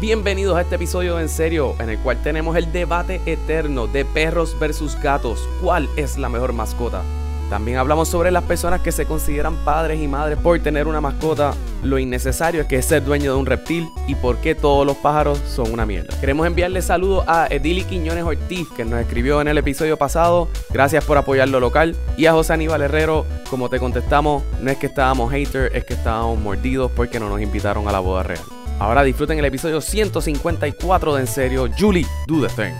Bienvenidos a este episodio de en serio, en el cual tenemos el debate eterno de perros versus gatos. ¿Cuál es la mejor mascota? También hablamos sobre las personas que se consideran padres y madres por tener una mascota, lo innecesario que es ser dueño de un reptil y por qué todos los pájaros son una mierda. Queremos enviarle saludos a Edili Quiñones Ortiz, que nos escribió en el episodio pasado, gracias por apoyar lo local, y a José Aníbal Herrero, como te contestamos, no es que estábamos haters, es que estábamos mordidos porque no nos invitaron a la boda real. Ahora disfruten el episodio 154 de En Serio, Julie, do the thing.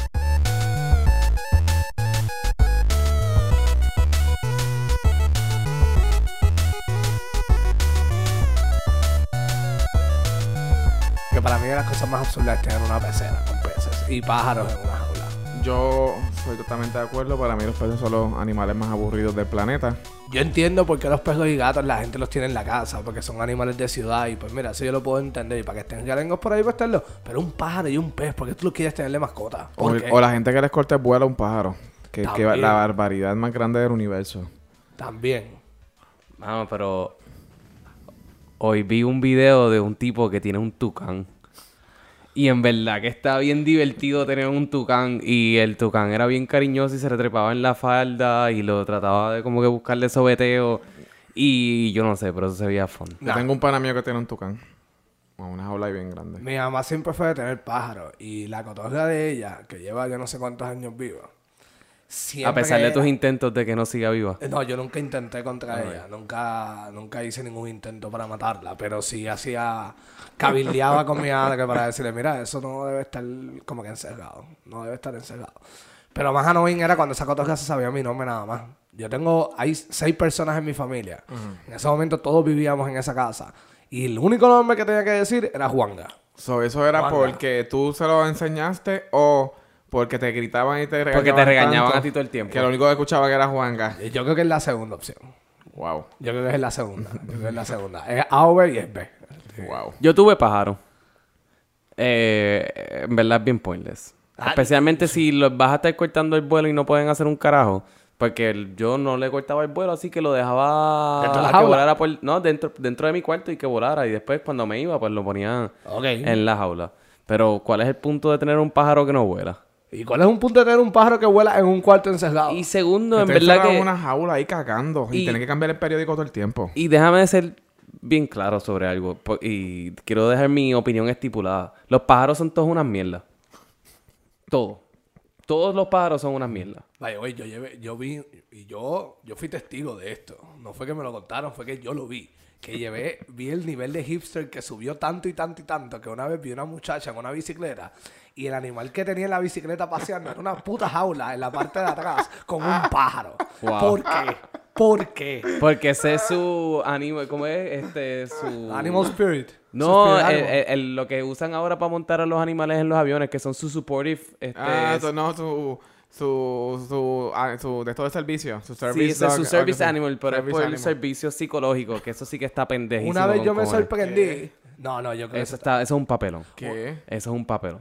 Que para mí las cosas más absurdas es tener una pecera con peces y pájaros en una jaula. Yo soy totalmente de acuerdo. Para mí los peces son los animales más aburridos del planeta. Yo entiendo por qué los perros y gatos la gente los tiene en la casa, porque son animales de ciudad y pues mira, eso yo lo puedo entender y para que estén galengos por ahí para estarlo. Pero un pájaro y un pez, ¿por qué tú los quieres tenerle mascota? O, ¿Por qué? o la gente que les corta el vuelo a un pájaro. Que es que va- También. la barbaridad más grande del universo. También. Mano, pero hoy vi un video de un tipo que tiene un tucán. Y en verdad que está bien divertido tener un tucán. Y el tucán era bien cariñoso y se retrepaba en la falda y lo trataba de como que buscarle sobeteo. Y yo no sé, pero eso se veía fondo. Yo Nah. tengo un pana mío que tiene un tucán. O una jaula ahí bien grande. Mi mamá siempre fue de tener pájaros y la cotorra de ella, que lleva yo no sé cuántos años viva, siempre... A pesar de que- tus intentos de que no siga viva. Eh, No, yo nunca intenté contra ella, nunca, nunca hice ningún intento para matarla, pero sí hacía, cabildeaba con mi madre para decirle, mira, eso no debe estar como que encerrado, no debe estar encerrado. Pero más annoying era cuando esa cotorra se sabía mi nombre nada más. Yo tengo, hay seis personas en mi familia, en ese momento todos vivíamos en esa casa, y el único nombre que tenía que decir era Juanga. So, eso era Manda. porque tú se lo enseñaste o porque te gritaban y te regañaban. Porque te regañaban tanto a ti todo el tiempo. Que lo único que escuchaba que era Juanga. Y Yo creo que es la segunda opción, Wow. yo creo que es la segunda, yo creo que es la segunda, es A over y es B. Wow. Yo tuve pájaro. Eh, en verdad es bien pointless. Ah, Especialmente si los vas a estar cortando el vuelo y no pueden hacer un carajo. Porque el- yo no le cortaba el vuelo, así que lo dejaba ¿Dentro de la que jaula? volara por- no, dentro, dentro de mi cuarto y que volara. Y después cuando me iba, pues lo ponía Ok. en la jaula. Pero, ¿cuál es el punto de tener un pájaro que no vuela? ¿Y cuál es un punto de tener un pájaro que vuela en un cuarto encerrado? Y segundo, en Ustedes verdad estaban que... en una jaula ahí cagando y, Y- tener que cambiar el periódico todo el tiempo. Y déjame ser bien claro sobre algo. po- Y quiero dejar mi opinión estipulada. Los pájaros son todos unas mierdas. Todos. Todos los pájaros son unas mierdas. Vaya, güey, yo llevé, yo vi, y yo, yo fui testigo de esto. No fue que me lo contaron, fue que yo lo vi. Que llevé, vi el nivel de hipster que subió tanto y tanto y tanto que una vez vi una muchacha en una bicicleta y el animal que tenía en la bicicleta paseando era una puta jaula en la parte de atrás con un pájaro. Wow. ¿Por qué? ¿Por qué? Porque ese es su animal. ¿Cómo es? Este, su. Animal spirit. No, eh, Su el- spirit animal. el- el- lo que usan ahora para montar a los animales en los aviones, que son su supportive. Este, Ah, es- su- no, su, su, su, ah, su, de todo el servicio, su service sí, ese es su dog, service algo así. animal, pero es Service por el animal. servicio psicológico, que eso sí que está pendejísimo. Una vez con yo me cojones. sorprendí. No, no, yo creo que Eso, está, eso es un papelón. ¿Qué? Eso es un papelón.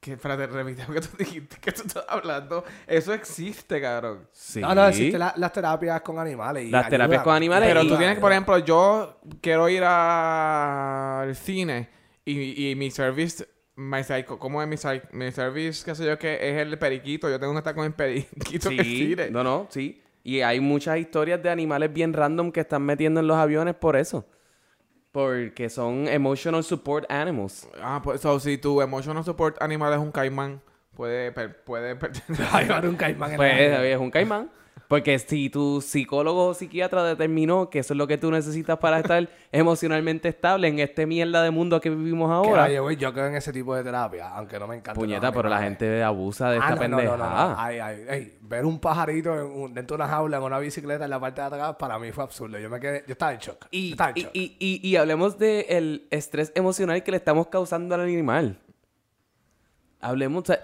Que, espérate, repite lo que tú dijiste, que tú estás hablando. Eso existe, cabrón. Sí. Ah, No, no, existen la- las terapias con animales. y Las terapias con animales Pero y- tú tienes que, por ejemplo, yo quiero ir a- al cine y, y mi service, my psycho, ¿cómo es mi, psy- mi service? ¿Qué sé yo qué? Es el periquito. Yo tengo que estar con el periquito en el Sí, cine. no, no, sí. Y hay muchas historias de animales bien random que están metiendo en los aviones por eso. Porque son emotional support animals. Ah, pues, so, si tu emotional support animal es un caimán, puede, per- puede pertenecer. Ay, ahora un caimán en Pues la- es, es un caimán. Porque si tu psicólogo o psiquiatra determinó que eso es lo que tú necesitas para estar emocionalmente estable en este mierda de mundo que vivimos Que, ahora. oye, güey, yo creo en ese tipo de terapia, aunque no Ah, me encanta. Puñeta, pero la gente abusa de esta pendejada. Ay, ay, ay. Ver un pajarito en un- dentro de una jaula en una bicicleta en la parte de atrás para mí fue absurdo. Yo me quedé, yo estaba en shock. yo Y, estaba en y, shock. y, y- y hablemos del estrés emocional que le estamos causando al animal. Hablemos. o sea,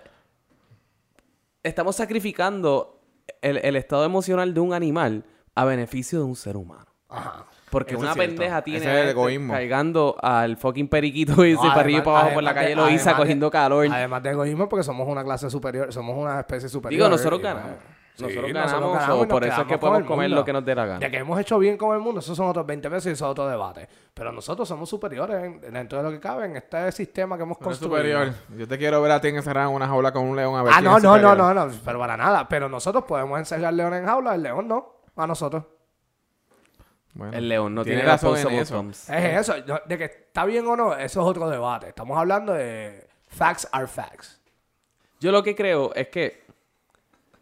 estamos sacrificando el, el estado emocional de un animal a beneficio de un ser humano. Ajá. Porque Eso es una cierto. pendeja tiene Ese es el a este egoísmo. cargando al fucking periquito y No, se para arriba y además- para abajo por la además de- calle Loiza además de- cogiendo calor. Además de egoísmo, porque somos una clase superior, somos una especie superior. Digo, nosotros y- ganamos. Nosotros nosotros ganamos, ganamos so, y nos por eso es que quedamos con podemos el comer mundo. lo que nos dé la gana. De que hemos hecho bien con el mundo, esos son otros 20 pesos y eso es otro debate. Pero nosotros somos superiores en- dentro de lo que cabe en este sistema que hemos Tú eres construido. superior. Yo te quiero ver a ti encerrado en una jaula con un león a ver Ah, quién no, es no, no, superior. no, no, pero para nada. Pero nosotros podemos encerrar león en jaula, el león no, a nosotros. Bueno. El león no Tiene tiene razón razón en eso. Es eso, no, de que está bien o no, eso es otro debate. Estamos hablando de facts are facts. Yo lo que creo es que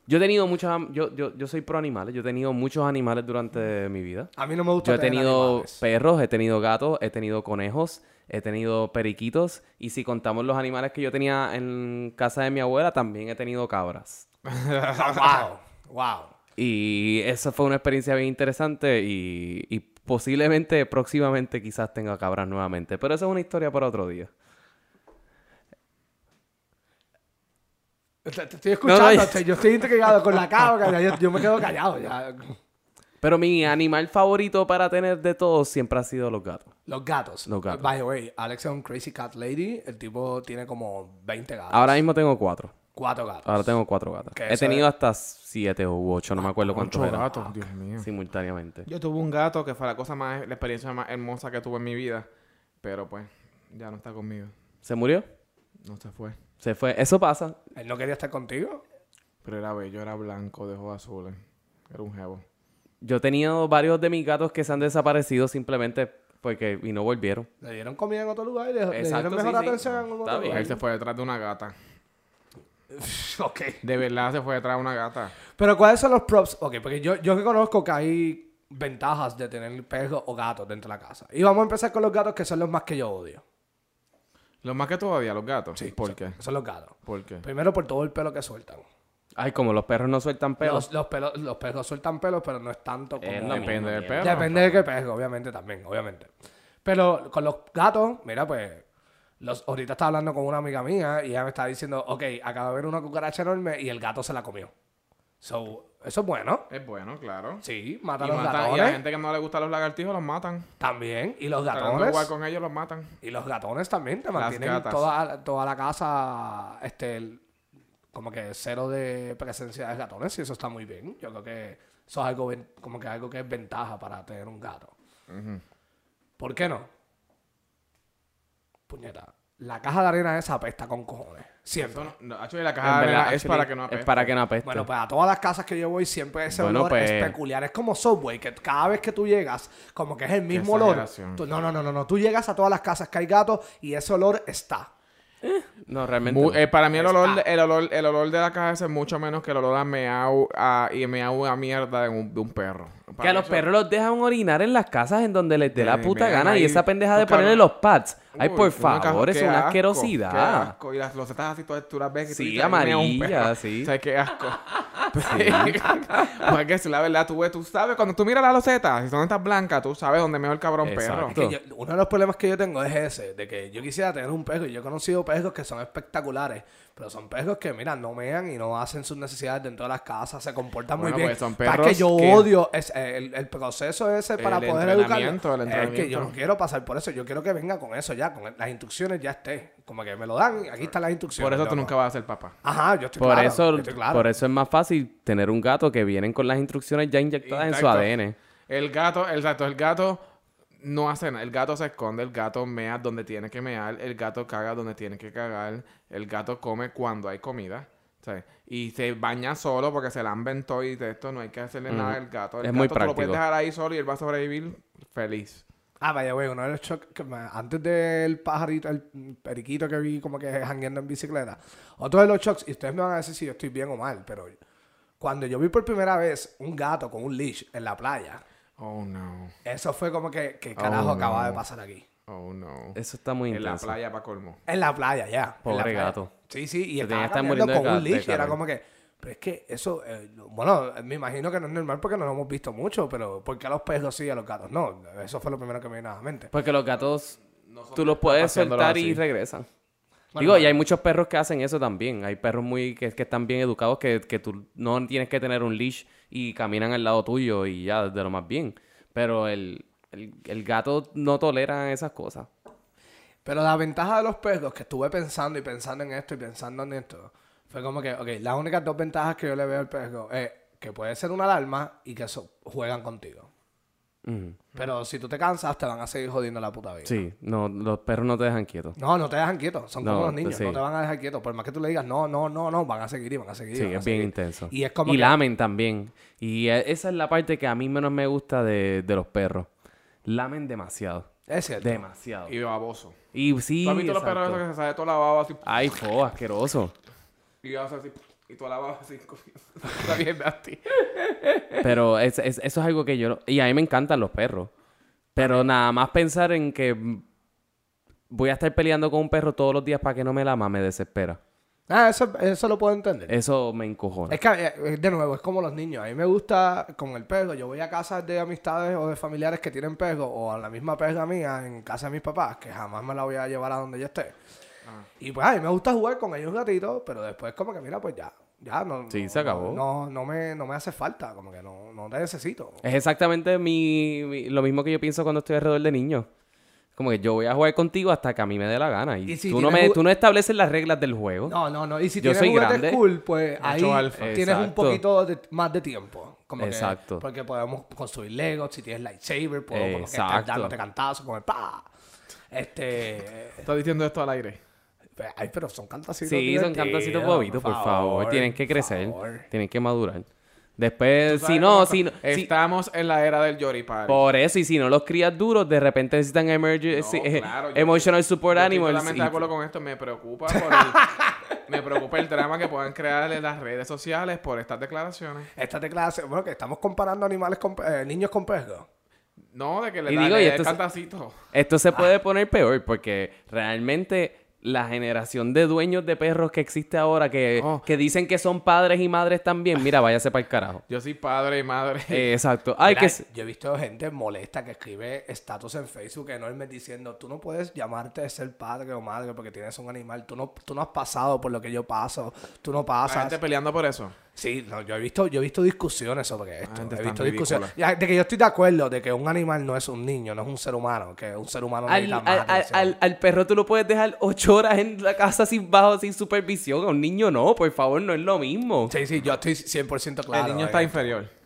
yo he tenido muchos... am- Yo, yo, yo soy pro animales. Yo he tenido muchos animales durante mi vida. A mí no me gusta Yo he tener tenido animales. perros, he tenido gatos, he tenido conejos, he tenido periquitos. Y si contamos los animales que yo tenía en casa de mi abuela, también he tenido cabras. Ah, wow, wow. Y esa fue una experiencia bien interesante y, y posiblemente próximamente quizás tenga cabras nuevamente. Pero esa es una historia para otro día. Te, te estoy escuchando, yo- te- yo estoy intrigado con la cabra, ya, yo, yo me quedo callado. ya. Pero mi animal favorito para tener de todos siempre ha sido los gatos. Los gatos. Los gatos. By the way, Alex es un crazy cat lady. El tipo tiene como 20 gatos. Ahora mismo tengo cuatro. Cuatro gatos. Ahora tengo cuatro gatos. Que He eso tenido hasta siete u ocho, no me acuerdo cuántos Ocho eran gatos, ah, Dios mío. simultáneamente. Yo tuve un gato que fue la cosa más, la experiencia más hermosa que tuve en mi vida. Pero pues, ya no está conmigo. ¿Se murió? No se fue. Se fue. Eso pasa. ¿Él no quería estar contigo? Pero era bello, era blanco, de ojos azules. Era un jevo. Yo he tenido varios de mis gatos que se han desaparecido simplemente porque y no volvieron. Le dieron comida en otro lugar y le, le Exacto, dieron mejor sí, sí. atención en Está otro bien. Él lugar. se fue detrás de una gata. ok. De verdad se fue detrás de una gata. Pero ¿cuáles son los props? Ok, porque yo, yo reconozco que hay ventajas de tener perros o gatos dentro de la casa. Y vamos a empezar con los gatos que son los más que yo odio. Lo más que tú odias, los gatos. ¿Por qué? Son los gatos. ¿Por qué? Primero por todo el pelo que sueltan. Ay, como los perros no sueltan pelos. Eh, Los, los, pelos, los perros sueltan pelos, pero no es tanto como... Es lo Depende mismo, del mierda. perro. Depende de qué perro, obviamente, también, obviamente. Pero con los gatos, mira, pues. Los, ahorita estaba hablando con una amiga mía y ella me estaba diciendo, ok, acaba de ver una cucaracha enorme y el gato se la comió. So, eso es bueno. Es bueno, claro. Sí, Y, mata a los matan- y a la gatones. gente que no le gustan los lagartijos los matan. También. Y los Tratando de jugar gatones. con ellos los matan. Y los gatones también te Las mantienen gatas. toda, toda la casa, este, el- como que cero de presencia de gatones y eso está muy bien. Yo creo que eso es algo, ven- como que algo que es ventaja para tener un gato. ¿Por qué no? Puñeta, la caja de arena esa apesta con cojones. Siempre. Eso no- no, actually, la En caja de verdad, arena es actually, para que no apeste. Es para que no apeste. Bueno, pues a todas las casas que yo voy siempre ese Bueno, olor pues- es peculiar. Es como Subway, que cada vez que tú llegas, como que es el mismo olor. exageración. Tú- no, no, no, no, no. Tú llegas a todas las casas que hay gatos y ese olor está. no, realmente. Mu- no. eh, para mí el olor, Está. el olor, el olor de la caja esa es mucho menos que el olor a meao a, y meao a mierda de un, de un perro. Para que a mí los eso- perros los dejan orinar en las casas en donde les dé la Ay, puta mira, gana y ahí, esa pendeja de los cabros- ponerle los pads. Ay, Uy, por qué una caja- favor, es qué una asco, Qué asquerosidad. asco. Y las losetas así todas tú las ves que tú Sí, dices, "Ay, mea, un amarilla, perro". sí. O sea, qué asco. Porque si la verdad, tú ves, tú sabes, cuando tú miras la loseta, si son estas blancas, tú sabes dónde meo el cabrón Exacto. perro. Que yo- uno de los problemas que yo tengo es ese, de que yo quisiera tener un perro y yo he conocido perros que son espectaculares, pero son perros que, mira, no mean y no hacen sus necesidades dentro de las casas, se comportan Bueno, muy bien. pues son Pero es perros que yo que- odio es- eh, el, el proceso ese para poder entrenamiento, el educarlo. Es que yo entrenamiento. no quiero pasar por eso, yo quiero que venga con eso ya, con las instrucciones ya esté, como que me lo dan, y aquí están las instrucciones. Por eso tú loco. nunca vas a ser papá. Ajá, yo estoy Por, claro, eso, yo estoy claro. por eso es más fácil tener un gato que vienen con las instrucciones ya inyectadas Intacto. en su ADN. El gato, el gato, el gato no hace nada. El gato se esconde, el gato mea donde tiene que mear, el gato caga donde tiene que cagar, el gato come cuando hay comida. ¿sabes? Y se baña solo porque se lamben todo y de esto no hay que hacerle nada al gato. El Es gato muy tú lo puedes práctico. dejar ahí solo y él va a sobrevivir feliz. Ah, vaya, güey, uno de los choques que me- antes del pajarito, el periquito que vi como que jangueando en bicicleta. Otro de los shocks, y ustedes me van a decir si yo estoy bien o mal, pero cuando yo vi por primera vez un gato con un leash en la playa, Oh no, eso fue como que, ¿qué carajo Oh, acaba no. de pasar aquí? oh no. Eso está muy en la intenso. playa para colmo. En la playa, ya. en Pobre la playa. gato. Sí, sí, y Se tenía estaba que estar caminando muriendo de con un ca- de leash y era calor. como que... Pero es que eso... eh, lo- bueno, me imagino que no es normal porque no lo hemos visto mucho, pero ¿por qué a los perros sí y a los gatos no? Eso fue lo primero que me vino a la mente. Porque los gatos, tú los puedes haciéndolo soltar y así. regresan. Bueno, Digo, y bueno. hay muchos perros que hacen eso también. Hay perros muy que, que están bien educados que, que tú no tienes que tener un leash y caminan al lado tuyo y ya, desde lo más bien. Pero el, el, el gato no tolera esas cosas. Pero la ventaja de los perros, que estuve pensando y pensando en esto y pensando en esto, fue como que, ok, las únicas dos ventajas que yo le veo al perro es que puede ser una alarma y que so- juegan contigo. Ujú. Pero si tú te cansas, te van a seguir jodiendo la puta vida. Sí, no, los perros no te dejan quieto. No, no te dejan quieto. Son No, como los niños. sí. No te van a dejar quieto. Por más que tú le digas, no, no, no, no, van a seguir y van a seguir. y Sí, van a es bien seguir. intenso. Y es como que- lamen también. Y eh, esa es la parte que a mí menos me gusta de, de los perros. Lamen demasiado. Es cierto. Demasiado. Y baboso. Y sí. ¿Tú has visto los exacto. perros esos que se sale toda la baba así? Ay, fo, asqueroso. Y vas así. Y toda la baba así. comiendo. Está bien nasty. Pero es- es- eso es algo que yo... no- Y a mí me encantan los perros. Pero nada más pensar en que mm, voy a estar peleando con un perro todos los días para que no me lama me desespera. Ah, eso, eso lo puedo entender. Eso me encojona. Es que, eh, de nuevo, es como los niños. A mí me gusta con el perro. Yo voy a casas de amistades o de familiares que tienen perro o a la misma perra mía en casa de mis papás, que jamás me la voy a llevar a donde yo esté. Ah. Y pues a mí me gusta jugar con ellos un ratito, pero después como que mira, pues ya, ya no. Sí, no- se acabó. No, no me, no me hace falta, como que no, no te necesito. Es exactamente mi, mi- lo mismo que yo pienso cuando estoy alrededor de niños. Como que yo voy a jugar contigo hasta que a mí me dé la gana. Y, Y si tú, no tienes me, ju- tú no estableces las reglas del juego. No, no, no. Y si Yo tienes soy juguetes grande. cool, pues ahí Macho alfa. tienes un Exacto. poquito de- más de tiempo. Como que- Exacto. porque podemos construir Legos, si tienes lightsaber, podemos como que estar Exacto. dándote cantazos, como el pa. Este. Estás diciendo esto al aire. Ay, pero son cantacitos. sí, son divertidos, cantacitos bobitos, por favor. Tienen que por crecer. favor. Tienen que madurar. Después, ¿Tú si sabes no, cómo si no... está? si- Estamos en la era del Yori Party. por eso, y si no los crías duros, de repente necesitan emergency, No, claro, yo- emotional Yo support estoy animals. totalmente y- de acuerdo con esto. Me preocupa por el- Me preocupa el drama que puedan crear en las redes sociales por estas declaraciones. Esta tecla hace. Bueno, que estamos comparando animales con. pe- eh, niños con perros. No, de que le Y dan digo, le y den esto es- cantacito. Esto se Ah. puede poner peor porque realmente la generación de dueños de perros que existe ahora que, Oh. que dicen que son padres y madres también, mira, váyase para el carajo. Yo soy padre y madre. Eh, exacto. Ay, Mira, que... s- Yo he visto gente molesta que escribe estatus en Facebook enormes diciendo, tú no puedes llamarte de ser padre o madre porque tienes un animal, tú no, tú no has pasado por lo que yo paso, tú no la pasas. gente peleando por eso. Sí, no, yo he visto, yo he visto discusiones sobre esto. gente he tan visto ridícula. discusiones. Ya, De que yo estoy de acuerdo de que un animal no es un niño, no es un ser humano, que un ser humano Al, necesita más al, al- atención. al- al perro tú lo puedes dejar ocho horas en la casa sin bajo, sin supervisión. A un niño no, por favor, no es lo mismo. Sí, sí, yo estoy 100% claro. el niño está eh. inferior.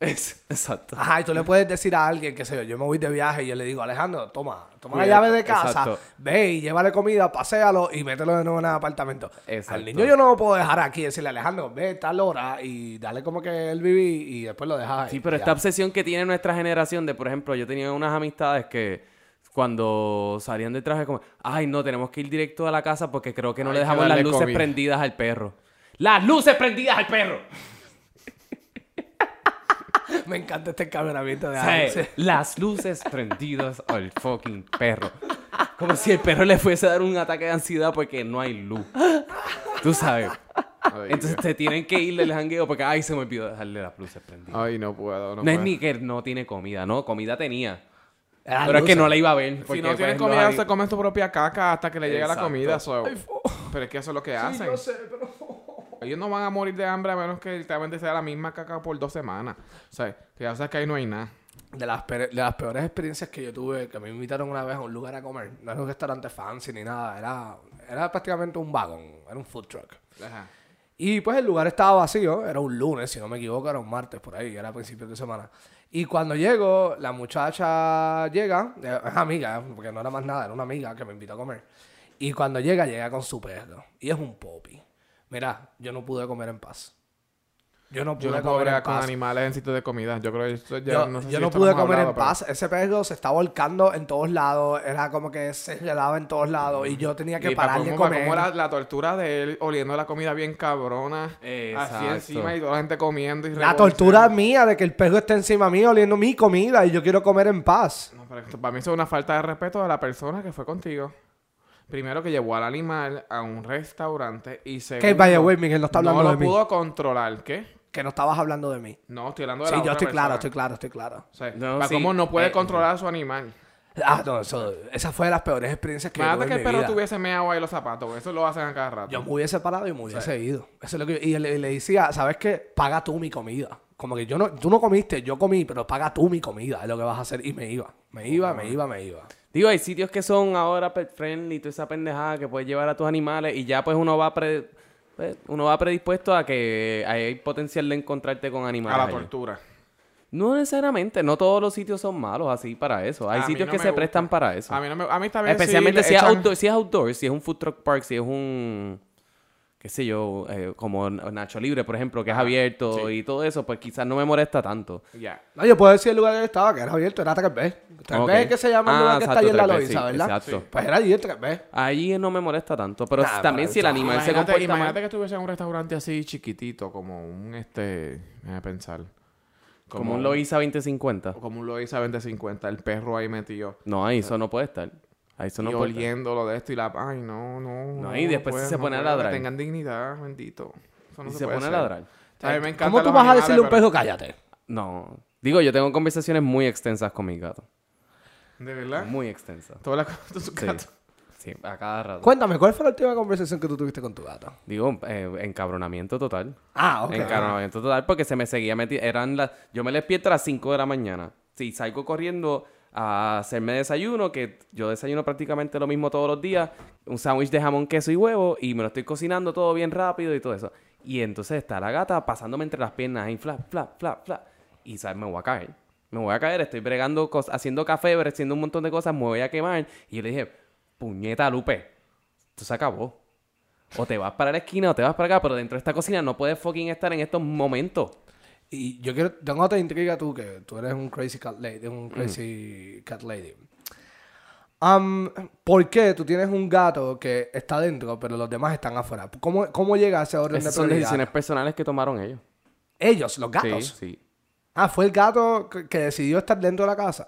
Es- exacto. Ajá, y tú le puedes decir a alguien, qué sé yo, yo me voy de viaje y yo le digo, Alejandro, toma, toma la Cuidado, llave de casa, exacto. ve y llévale comida, paséalo y mételo de nuevo en el apartamento. Exacto. Al niño yo no lo puedo dejar aquí y decirle, Alejandro, ve tal hora y dale como que él viví y después lo dejas ahí. Sí, pero ya. esta obsesión que tiene nuestra generación de, por ejemplo, yo tenía unas amistades que cuando salían de traje como, ay, no, tenemos que ir directo a la casa porque creo que no Hay le que dejamos las darle luces comida". prendidas al perro. Las luces prendidas al perro. Me encanta este encaminamiento de O sea, Alex. Las luces prendidas al fucking perro. Como si el perro le fuese a dar un ataque de ansiedad porque no hay luz. Tú sabes. Ay, Entonces te tienen que ir del jangueo porque, ay, se me olvidó dejarle las luces prendidas. Dios. Ay, no puedo. Ah, No, No es puedo. ni que no tiene comida, no, comida tenía. Las Pero es que luces. no la iba a ver. Si porque, no pues, tienen comida, hay- se comen su propia caca hasta que le llegue la Exacto. comida. so- Pero es que eso es lo que Sí, hacen. yo sé, pero... Ellos no van a morir de hambre a menos que literalmente sea la misma caca por dos semanas. O sea, que ya sabes que ahí no hay nada. De las, pe- de las peores experiencias que yo tuve, que me invitaron una vez a un lugar a comer, no era un restaurante fancy ni nada, era, era prácticamente un vagón, era un food truck. Ajá. Y pues el lugar estaba vacío, era un lunes, si no me equivoco, era un martes por ahí, era a principios de semana. Y cuando llego, la muchacha llega, eh, es amiga, porque no era más nada, era una amiga que me invitó a comer. Y cuando llega, llega con su perro. Y es un popi. Mira, yo no pude comer en paz. Yo no pude Yo no puedo comer en bregar con paz. animales en sitios de comida. Yo creo que esto ya Yo, no sé yo si no esto pude hemos comer hablado, en pero- paz. Ese perro se está volcando en todos lados. Era como que se enredaba en todos lados. Y yo tenía que Y para parar de cómo- comer. cómo la, la tortura de él oliendo la comida bien cabrona. Así Exacto. encima y toda la gente comiendo. Y La revolviendo. tortura mía de que el perro esté encima mío oliendo mi comida y yo quiero comer en paz. No, pero esto- para mí eso es una falta de respeto de la persona que fue contigo. Primero que llevó al animal a un restaurante y segundo... Que vaya, güey, Miguel, no está hablando no de lo mí. pudo controlar. ¿Qué? Que no estabas hablando de mí. No, estoy hablando de Sí, la yo otra estoy claro, estoy persona. claro, estoy claro. O sea, No, para sí, cómo no puede eh, controlar a su animal. Ah, no, eso, esa fue de las peores experiencias que yo tuve Imagínate que en el mi perro vida. tuviese meado ahí los zapatos. Eso lo hacen a cada rato. Yo me hubiese parado y me hubiese ido. Eso es lo que yo- y le, le decía, ¿sabes qué? Paga tú mi comida. Como que yo no, tú no comiste, yo comí, pero paga tú mi comida, es lo que vas a hacer. Y me iba, me iba, me iba, me iba. Digo, hay sitios que son ahora pet friendly, toda esa pendejada que puedes llevar a tus animales y ya pues uno va pre- pues, uno va predispuesto a que hay potencial de encontrarte con animales. A la allí. tortura. No necesariamente, no todos los sitios son malos así para eso. Hay A mí sitios no que me se gusta. prestan para eso. A mí, no me, a mí está bien Especialmente le si, es echan- outdoor, si es outdoor, si es un food truck park, si es un, qué sé yo, eh, como Nacho Libre, por ejemplo, que es abierto sí. y todo eso, pues quizás no me molesta tanto. Ya. No, yo puedo decir el lugar que estaba, que era abierto, era 3B. 3B Ok. que se llama el Ah, lugar que está exacto, ahí en la 3B, sí, Loiza, ¿verdad? exacto. Pues era allí el 3B. Allí no me molesta tanto, pero Nah, también pero si el no, animal se Imagínate, comporta mal- imagínate que estuviese en un restaurante así chiquitito, como un este. Déjame pensar. como, un Loiza 2050. Como un Loiza 2050, el perro ahí metido. No, ahí eso no puede estar. Ahí eso no y puede estar. oliéndolo de esto y la. Ay, no, no. No, y después si se pone a puedo, ladrar. Que tengan dignidad, bendito. Eso no Y se, puede pone a hacer. ladrar. O sea, a mí me encantan ¿Cómo tú los vas a animales, decirle a un pero- perro cállate? No. Digo, yo tengo conversaciones muy extensas con mis gatos. De verdad. Muy extensas. Todas las cosas de su Sí. gato. Sí, a cada rato. Cuéntame, ¿cuál fue la última conversación que tú tuviste con tu gato? Digo, eh, encabronamiento total. Ah, ok. Encaronamiento total porque se me seguía metiendo. Eran las... Yo me despierto a las 5 de la mañana. Sí, salgo corriendo a hacerme desayuno, que yo desayuno prácticamente lo mismo todos los días. Un sándwich de jamón, queso y huevo y me lo estoy cocinando todo bien rápido y todo eso. Y entonces está la gata pasándome entre las piernas ahí, flap, flap, flap, flap. Y ¿sabes? me voy a caer. Me voy a caer, estoy bregando, cos- haciendo café, bre- haciendo un montón de cosas, me voy a quemar. Y yo le dije, puñeta Lupe, esto se acabó. O te vas para la esquina o te vas para acá, pero dentro de esta cocina no puedes fucking estar en estos momentos. Y yo quiero, tengo otra intriga tú, que tú eres un crazy cat lady. Mm. Un crazy cat lady. Am, ¿Por qué tú tienes un gato que está dentro, pero los demás están afuera? ¿Cómo, cómo llega a ese orden Esas de son prioridad? decisiones personales que tomaron ellos. Ellos, los gatos. Sí, sí. Ah, fue el gato que que decidió estar dentro de la casa.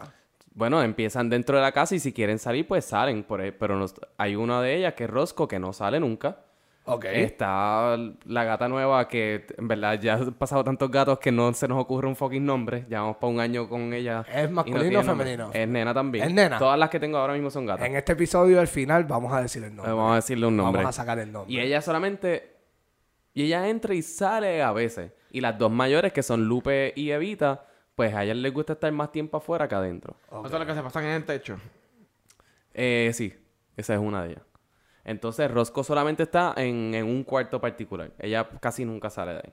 Bueno, empiezan dentro de la casa y si quieren salir, pues salen. Por ahí. Pero nos- hay una de ellas que es Rosco, que no sale nunca. Ok. Está la gata nueva que, en verdad, ya han pasado tantos gatos que no se nos ocurre un fucking nombre. Llevamos para un año con ella. ¿Es y no masculino o tiene nombre. femenino? Es nena también. ¿Es nena? Todas las que tengo ahora mismo son gatas. En este episodio, al final, vamos a decir el Eh, nombre. Vamos a decirle un nombre. Vamos a sacar el nombre. Y ella solamente. Y ella entra y sale a veces. Y las dos mayores, que son Lupe y Evita, pues a ellas les gusta estar más tiempo afuera que adentro. O sea, lo que se pasan en el techo. Eh, sí, esa es una de ellas. Entonces Rosco solamente está en, en un cuarto particular. Ella casi nunca sale de ahí.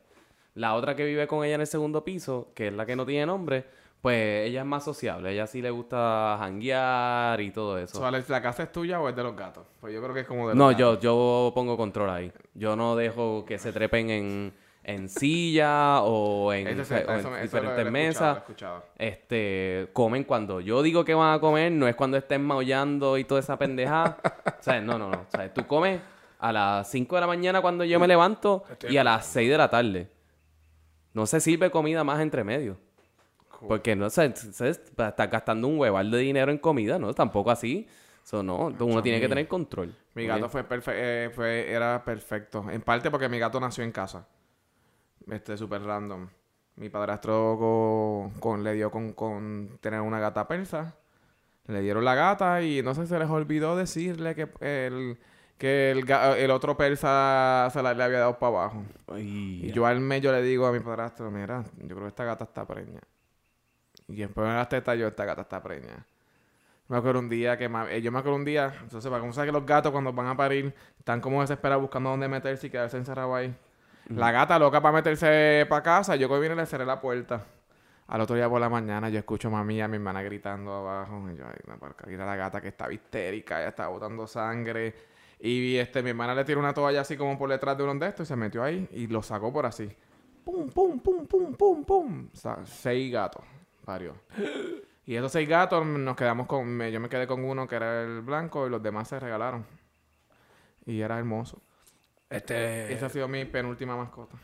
La otra que vive con ella en el segundo piso, que es la que no tiene nombre, pues ella es más sociable. Ella sí le gusta janguear y todo eso. O sea, ¿La casa es tuya o es de los gatos? Pues yo creo que es como de los No, gatos. yo, yo pongo control ahí. Yo no dejo que se trepen en, en silla o en, Eso sí, o en eso me- eso lo- lo diferentes he escuchado, lo he mesas. escuchado. Este, comen cuando yo digo que van a comer, no es cuando estén maullando y toda esa pendejada. o sea, no, no, no. O sea, tú comes a las 5 de la mañana cuando yo me levanto y a las 6 de la tarde. No se sirve comida más entre medio. Cool. Porque no se, se está gastando un hueval de dinero en comida, ¿no? Tampoco así. Eso no, uno tiene que tener control. Mi ¿ok? gato fue, perfe- eh, fue- era perfecto. En parte porque mi gato nació en casa. Este, súper random. Mi padrastro co- con, le dio con, con tener una gata persa. Le dieron la gata y no sé se les olvidó decirle que el, que el, ga- el otro persa se la, le había dado para abajo. Y yo al mes yo le digo a mi padrastro, mira, yo creo que esta gata está preña. Y después me las tetas yo, esta gata está preña. Me acuerdo un día que... ma- eh, yo me acuerdo un día... Entonces, para que uno sabe que los gatos cuando van a parir están como desesperados buscando dónde meterse y quedarse encerrados ahí. La gata loca para meterse para casa. Yo cuando vine le cerré la puerta. Al otro día por la mañana yo escucho a mami y a mi hermana gritando abajo. Y yo, ay, me parca. Mira la gata que estaba histérica. Ella estaba botando sangre. Y este, mi hermana le tiró una toalla así como por detrás de uno de estos y se metió ahí y lo sacó por así. Pum, pum, pum, pum, pum, pum. O sea, seis gatos. Parió. Y esos seis gatos nos quedamos con... me- yo me quedé con uno que era el blanco y los demás se regalaron. Y era hermoso. Este, Esa ha sido mi penúltima mascota.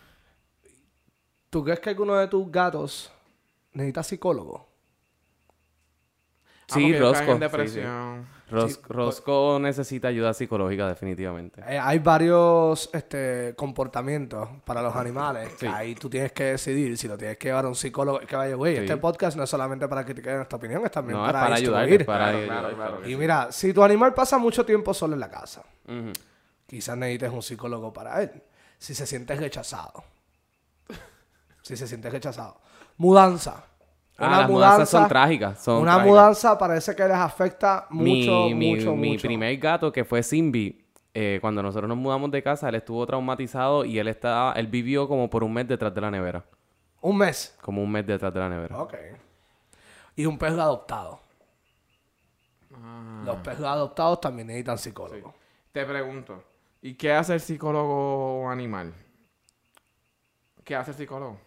¿Tú crees que alguno de tus gatos necesita psicólogo? Sí, Ah, porque ellos Rosco. caen en Sí, sí. depresión. Ros- Sí, por- Rosco necesita ayuda psicológica definitivamente. Eh, hay varios este, comportamientos para los animales. que Ahí tú tienes que decidir si lo tienes que llevar a un psicólogo. Que vaya, güey, Sí. este podcast no es solamente para criticar nuestra opinión, es también No, es para, para ayudar. instruir. para Claro, ayudar, claro, claro. claro que Y sí. mira, si tu animal pasa mucho tiempo solo en la casa, Ujú. quizás necesites un psicólogo para él. Si se sientes rechazado. si se sientes rechazado. Mudanza. Ah, las mudanzas son trágicas. Son una trágicas. mudanza parece que les afecta mucho, mi, mi- mucho, mi mucho. primer gato, que fue Simbi, eh, cuando nosotros nos mudamos de casa, él estuvo traumatizado y él estaba, él vivió como por un mes detrás de la nevera. Un mes. Como un mes detrás de la nevera. Ok. Y un perro adoptado. Los perros adoptados también necesitan psicólogo. Te pregunto, ¿y qué hace el psicólogo animal? ¿Qué hace el psicólogo?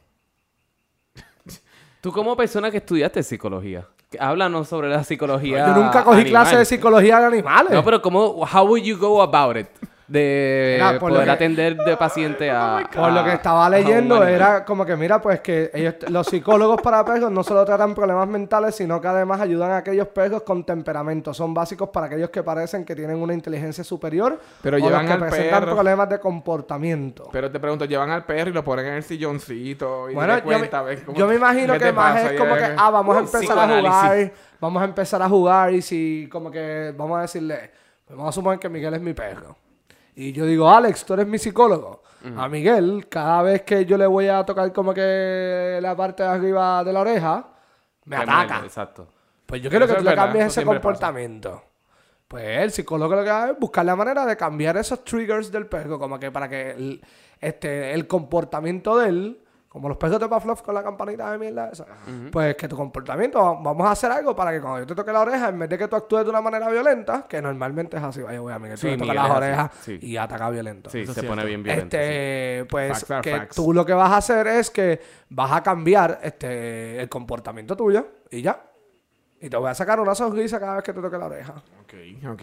Tú como persona que estudiaste psicología, que- háblanos sobre la psicología Yo nunca cogí animal. clase de psicología de animales. No, pero ¿cómo, how would you go about it? De Mira, por lo poder que- Oh atender de paciente a... Por lo que a- estaba a un leyendo animal. era como que mira, pues que ellos, los psicólogos para perros no solo tratan problemas mentales, sino que además ayudan a aquellos perros con temperamento. Son básicos para aquellos que parecen que tienen una inteligencia superior Pero o los llevan que al presentan perro. problemas de comportamiento. Pero te pregunto, llevan al perro y lo ponen en el silloncito y Bueno, dale yo me, cuenta, a ver cómo- yo me imagino ¿qué que te más pasa? es Y como que, dale- ah, vamos a Un empezar a psicoanálisis. jugar, vamos a empezar a jugar y si como que vamos a decirle, pues vamos a suponer que Miguel es mi perro. Y yo digo, Alex, tú eres mi psicólogo. A Miguel, cada vez que yo le voy a tocar como que la parte de arriba de la oreja, me Te ataca. muerde, Exacto. Pues yo quiero que Eso tú es le verdad, cambies eso ese siempre pasa. comportamiento. Pues el psicólogo lo que hace es buscar la manera de cambiar esos triggers del perro, como que para que el, este, el comportamiento de él, como los perros de Pavlov con la campanita de mierda esa, pues que tu comportamiento, va- vamos a hacer algo para que cuando yo te toque la oreja, en vez de que tú actúes de una manera violenta, que normalmente es así, vaya, voy a Miguel, tú Sí, le tocas Miguel es las así, orejas sí. y ataca violento. Sí, Eso es se pone cierto. bien violento. sí. Este, pues Facts are que facts. tú lo que vas a hacer es que vas a cambiar este el comportamiento tuyo y ya. Y te voy a sacar una sonrisa cada vez que te toque la oreja. Ok, ok.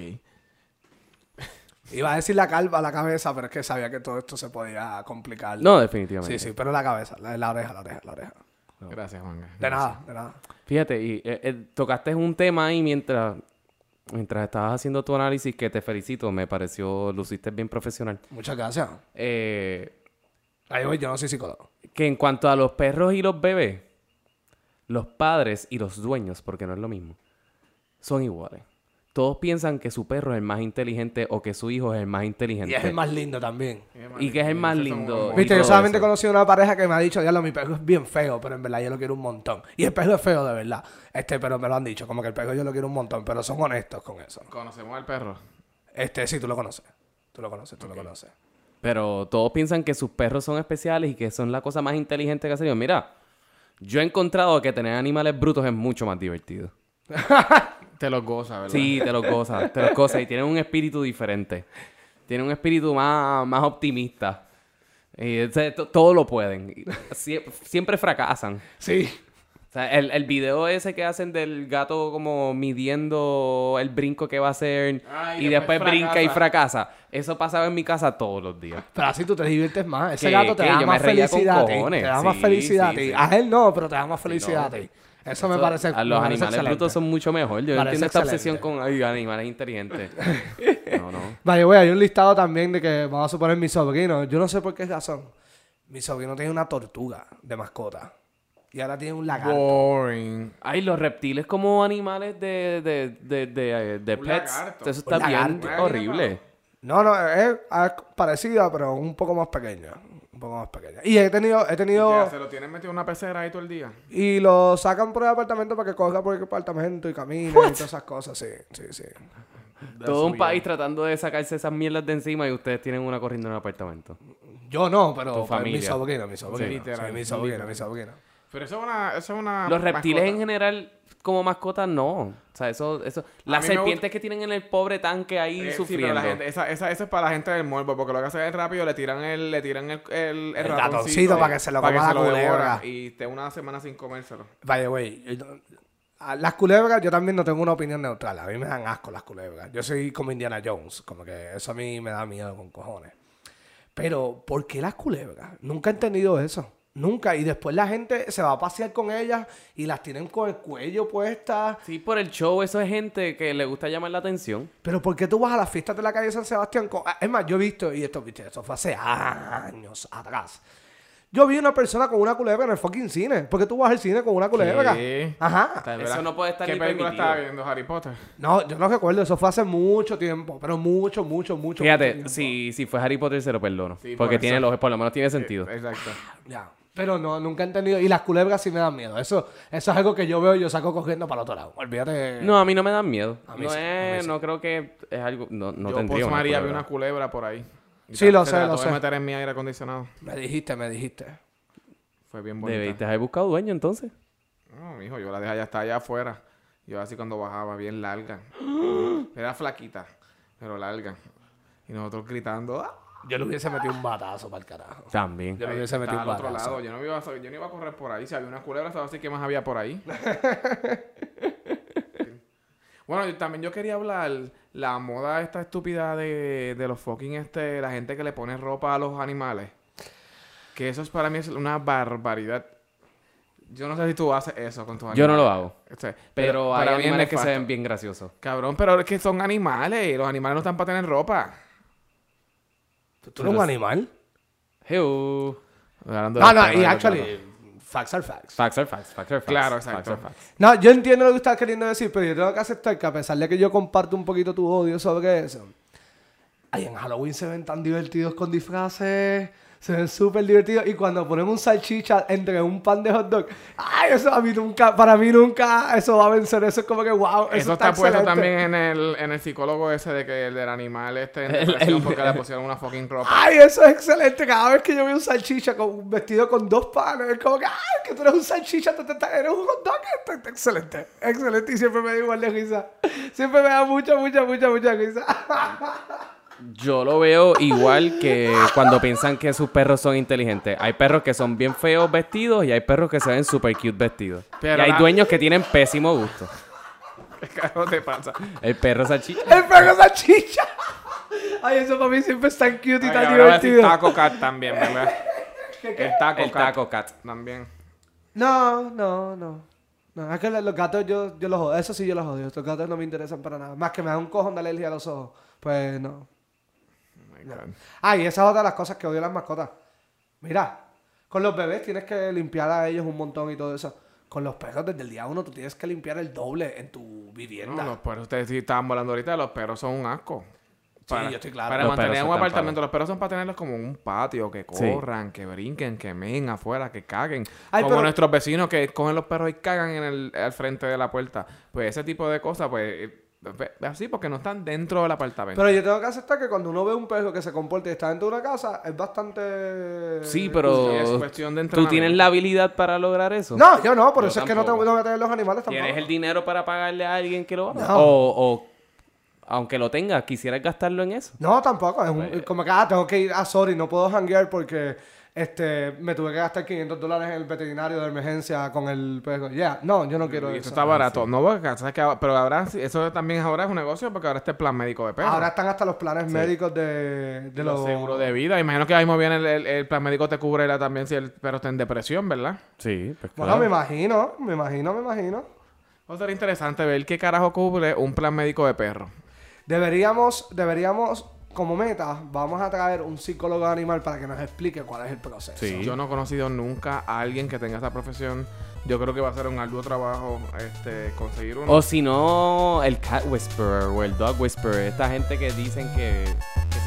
Iba a decir la calva, la cabeza, pero es que sabía que todo esto se podía complicar. No, definitivamente. Sí, sí, pero la cabeza, la, la oreja, la oreja, la oreja. Gracias, Juan. De nada, de nada. Fíjate, y eh, eh, tocaste un tema ahí mientras, mientras estabas haciendo tu análisis que te felicito, me pareció, luciste bien profesional. Muchas gracias. Eh, Ahí voy, yo no soy psicólogo. que en cuanto a los perros y los bebés, los padres y los dueños, porque no es lo mismo, son iguales. Todos piensan que su perro es el más inteligente o que su hijo es el más inteligente. Y es el más lindo también. Y que es el más lindo. Y Viste, yo todo solamente he eso. conocido una pareja que me ha dicho, diablo, mi perro es bien feo, pero en verdad yo lo quiero un montón. Y el perro es feo, de verdad. Este, pero me lo han dicho, como que el perro yo lo quiero un montón, pero son honestos con eso. Conocemos al perro. Este, sí, tú lo conoces. Tú lo conoces, tú lo conoces. Pero todos piensan que sus perros son especiales y que son la cosa más inteligente que ha salido. Mira, yo he encontrado que tener animales brutos es mucho más divertido. Te lo goza, ¿verdad? Sí, te los gozas, te los gozas. Y tienen un espíritu diferente. Tienen un espíritu más, más optimista. Y ese- to- todo lo pueden. Y sie- siempre fracasan. Sí. O sea, el, el video ese que hacen del gato como midiendo el brinco que va a hacer Ah, y, y después, después brinca y fracasa. Eso pasaba en mi casa todos los días. Pero así tú te diviertes más. Ese ¿Qué? gato te ¿Qué? da Yo me más reía con felicidad. a ti. cojones. Te da más Sí, felicidad. sí, a ti. sí. A él no, pero te da más felicidad. no. a ti. Eso me Eso- parece. A me los parece animales excelente. brutos son mucho mejor. Yo no Parece entiendo esta excelente. obsesión con "Ay, animales inteligentes. No, no. Vale, güey, hay un listado también de que vamos a suponer mi sobrino. Yo no sé por qué razón. Mi sobrino tiene una tortuga de mascota. Y ahora tiene un lagarto. Boring. Ay, los reptiles como animales de, de, de, de, de Un pets. lagarto. Eso está Un bien lagarto. horrible. No, no, es, es parecida, pero un poco más pequeña. Un poco más pequeña. Y he tenido, he ¿Y qué tenido. hace? ¿Lo tienen metido en una pecera ahí todo el día? Y lo sacan por el apartamento para que corra por el apartamento y camine y todas esas cosas. Sí, sí, sí. Todo un país tratando de sacarse esas mierdas de encima y ustedes tienen una corriendo en el apartamento. Yo no, pero Tu pues, familia. mi sobrino, mi sobrino. Sí, literal, sí, mi mi sobrino, mi sobrino. Pero eso es una... Eso es una Los reptiles Ah, mascota. en general como mascotas no. O sea, eso... eso las mí me serpientes que tienen en el pobre tanque ahí Eh, sí, pero sufriendo. la gente- esa, esa, esa es para la gente del morbo, porque lo que hacen es rápido, le tiran el, le tiran el, el, el El ratoncito, ratoncito para que se lo coma la culebra. devora y te una semana sin comérselo. Vaya, güey. yo- eh, a Las culebras, yo también no tengo una opinión neutral. A mí me dan asco las culebras. Yo soy como Indiana Jones. Como que eso a mí me da miedo con cojones. Pero, ¿por qué las culebras? Nunca he entendido eso. Nunca. Y después la gente se va a pasear con ellas y las tienen con el cuello puesta. Sí, por el show, eso es gente que le gusta llamar la atención. Pero ¿por qué tú vas a las fiestas de la calle San Sebastián? con- Ah, Es más, yo he visto, y esto, viste, esto fue hace años atrás. Yo vi una persona con una culebra en el fucking cine. ¿Por qué tú vas al cine con una culebra? ¿Qué? Ajá. Tal vez- Eso no puede estar ¿Qué ni película permitido. estaba viendo? Harry Potter. No, yo no recuerdo, eso fue hace mucho tiempo, pero mucho, mucho, mucho. mucho Fíjate, tiempo. si, si fue Harry Potter se lo perdono. Sí, por porque eso. Eh, tiene los, por lo menos tiene sentido. Exacto. Ya. Pero no, nunca he entendido. Y las culebras sí me dan miedo. Eso, eso es algo que yo veo y yo saco cogiendo para el otro lado. Olvídate. No, a mí no me dan miedo. A mí no, sí, es- a mí sí. no creo que es algo. No, no Yo tendría. post una María vi culebra. una culebra por ahí. Y Sí, tra- lo se sé, trató lo de sé. meter en mi aire acondicionado. Me dijiste, me dijiste. Fue bien Debiste bonita. haber buscado dueño entonces. No, mijo, yo la dejé allá, hasta allá afuera. Yo así cuando bajaba, bien larga. Era flaquita, pero larga. Y nosotros gritando. ¡Ah! Yo le hubiese metido un batazo para el carajo. También. Yo le hubiese metido un Estaba al otro batazo. lado. Yo no, iba a, yo no iba a correr por ahí. Si había una culebra, estaba así que más había por ahí. bueno, yo, también yo quería hablar la moda esta estúpida de, de los fucking este, la gente que le pone ropa a los animales. Que eso es para mí es una barbaridad. Yo no sé si tú haces eso con tus animales. Yo no lo hago. O sea, Pero, hay para mí es animales que se nefasto. ven bien graciosos. Cabrón, pero es que son animales. y Los animales no están para tener ropa. ¿Tú, tú eres un animal? Heu. Hablando de No, los no, perros, y de los actually, facts are facts. Facts are facts, facts are facts. Claro, facts exacto. are facts. No, yo entiendo lo que estás queriendo decir, pero yo tengo que aceptar que a pesar de que yo comparto un poquito tu odio sobre eso, ay, en Halloween se ven tan divertidos con disfraces, se ven súper divertidos, y cuando ponen un salchicha entre un pan de hot dog, ay, eso a mí nunca, para mí nunca, eso va a vencer, eso es como que wow, eso, Eso, está, puesto excelente. también en el, en el psicólogo ese de que el del animal este en El- depresión el- porque le pusieron una fucking ropa. Ay, eso es excelente. Cada vez que yo veo un salchicha con, vestido con dos panes, es como que, ay, que tú eres un salchicha, tú te estás- eres un hot dog. Esto está Excelente, excelente. Y siempre me da igual de risa. Siempre me da mucha, mucha, mucha, mucha risa. Yo lo veo igual que cuando piensan que sus perros son inteligentes. Hay perros que son bien feos vestidos y hay perros que se ven super cute vestidos. Pero y hay la- dueños que tienen pésimo gusto. ¿Qué carajo te pasa? El perro salchicha. El perro salchicha. Ay, eso para mí siempre es tan cute y Ay, tan ahora voy a decir divertido. taco cat también, ¿verdad? El taco El cat. taco cat. También. No, no, no. No, es que los gatos yo, yo los odio. Eso sí yo los odio. Estos gatos no me interesan para nada. Más que me dan un cojón de alergia a los ojos. Pues no. Oh my God. Ah, y esa es otra de las cosas que odio de las mascotas. Mira, con los bebés tienes que limpiar a ellos un montón y todo eso. Con los perros desde el día uno tú tienes que limpiar el doble en tu No, vivienda. los perros, ustedes sí estaban volando ahorita, los perros son un asco. yo estoy claro. Para Los perros mantener son un tan apartamento, los perros son para tenerlos como en un patio, que Sí. corran, que brinquen, que meen afuera, que caguen. Ay, como pero- nuestros vecinos que cogen los perros y cagan en el, al frente de la puerta. Pues ese tipo de cosas, pues eh, ve- así porque no están dentro del apartamento. Pero yo tengo que aceptar que cuando uno ve un perro que se comporta y está dentro de una casa, es bastante... Sí, Sí, es pero cuestión de tú tienes entrenamiento. la habilidad para lograr eso. No, yo no, por Yo eso es que no te tampoco. voy a tener los animales tampoco. ¿Tienes el dinero para pagarle a alguien que lo haga? No. O, o aunque lo tengas, quisieras gastarlo en eso. No, tampoco. Es un- Pues, eh, como que, ah, tengo que ir a Sorry, no puedo hanguear porque este, me tuve que gastar 500 dólares en el veterinario de emergencia con el perro. Ya, no, yo no quiero Y eso. eso está barato. No, porque, ¿sabes qué? Ahora- pero ahora sí, eso también ahora es un negocio porque ahora está el plan médico de perros. Ahora están hasta los planes médicos de, de pues. los los... seguros de vida. Imagino que ahí mismo viene el, el- el plan médico te cubre la- también si el perro está en depresión, ¿verdad? Sí, pues Bueno, me imagino, me imagino, me imagino. Va a ser interesante ver qué carajo cubre un plan médico de perro. Deberíamos, deberíamos, como meta, vamos a traer un psicólogo animal para que nos explique cuál es el proceso. Sí. Yo no he conocido nunca a alguien que tenga esta profesión. Yo creo que va a ser un arduo trabajo este, conseguir uno. O si no, el cat whisperer o el dog whisperer. Esta gente que dicen que, que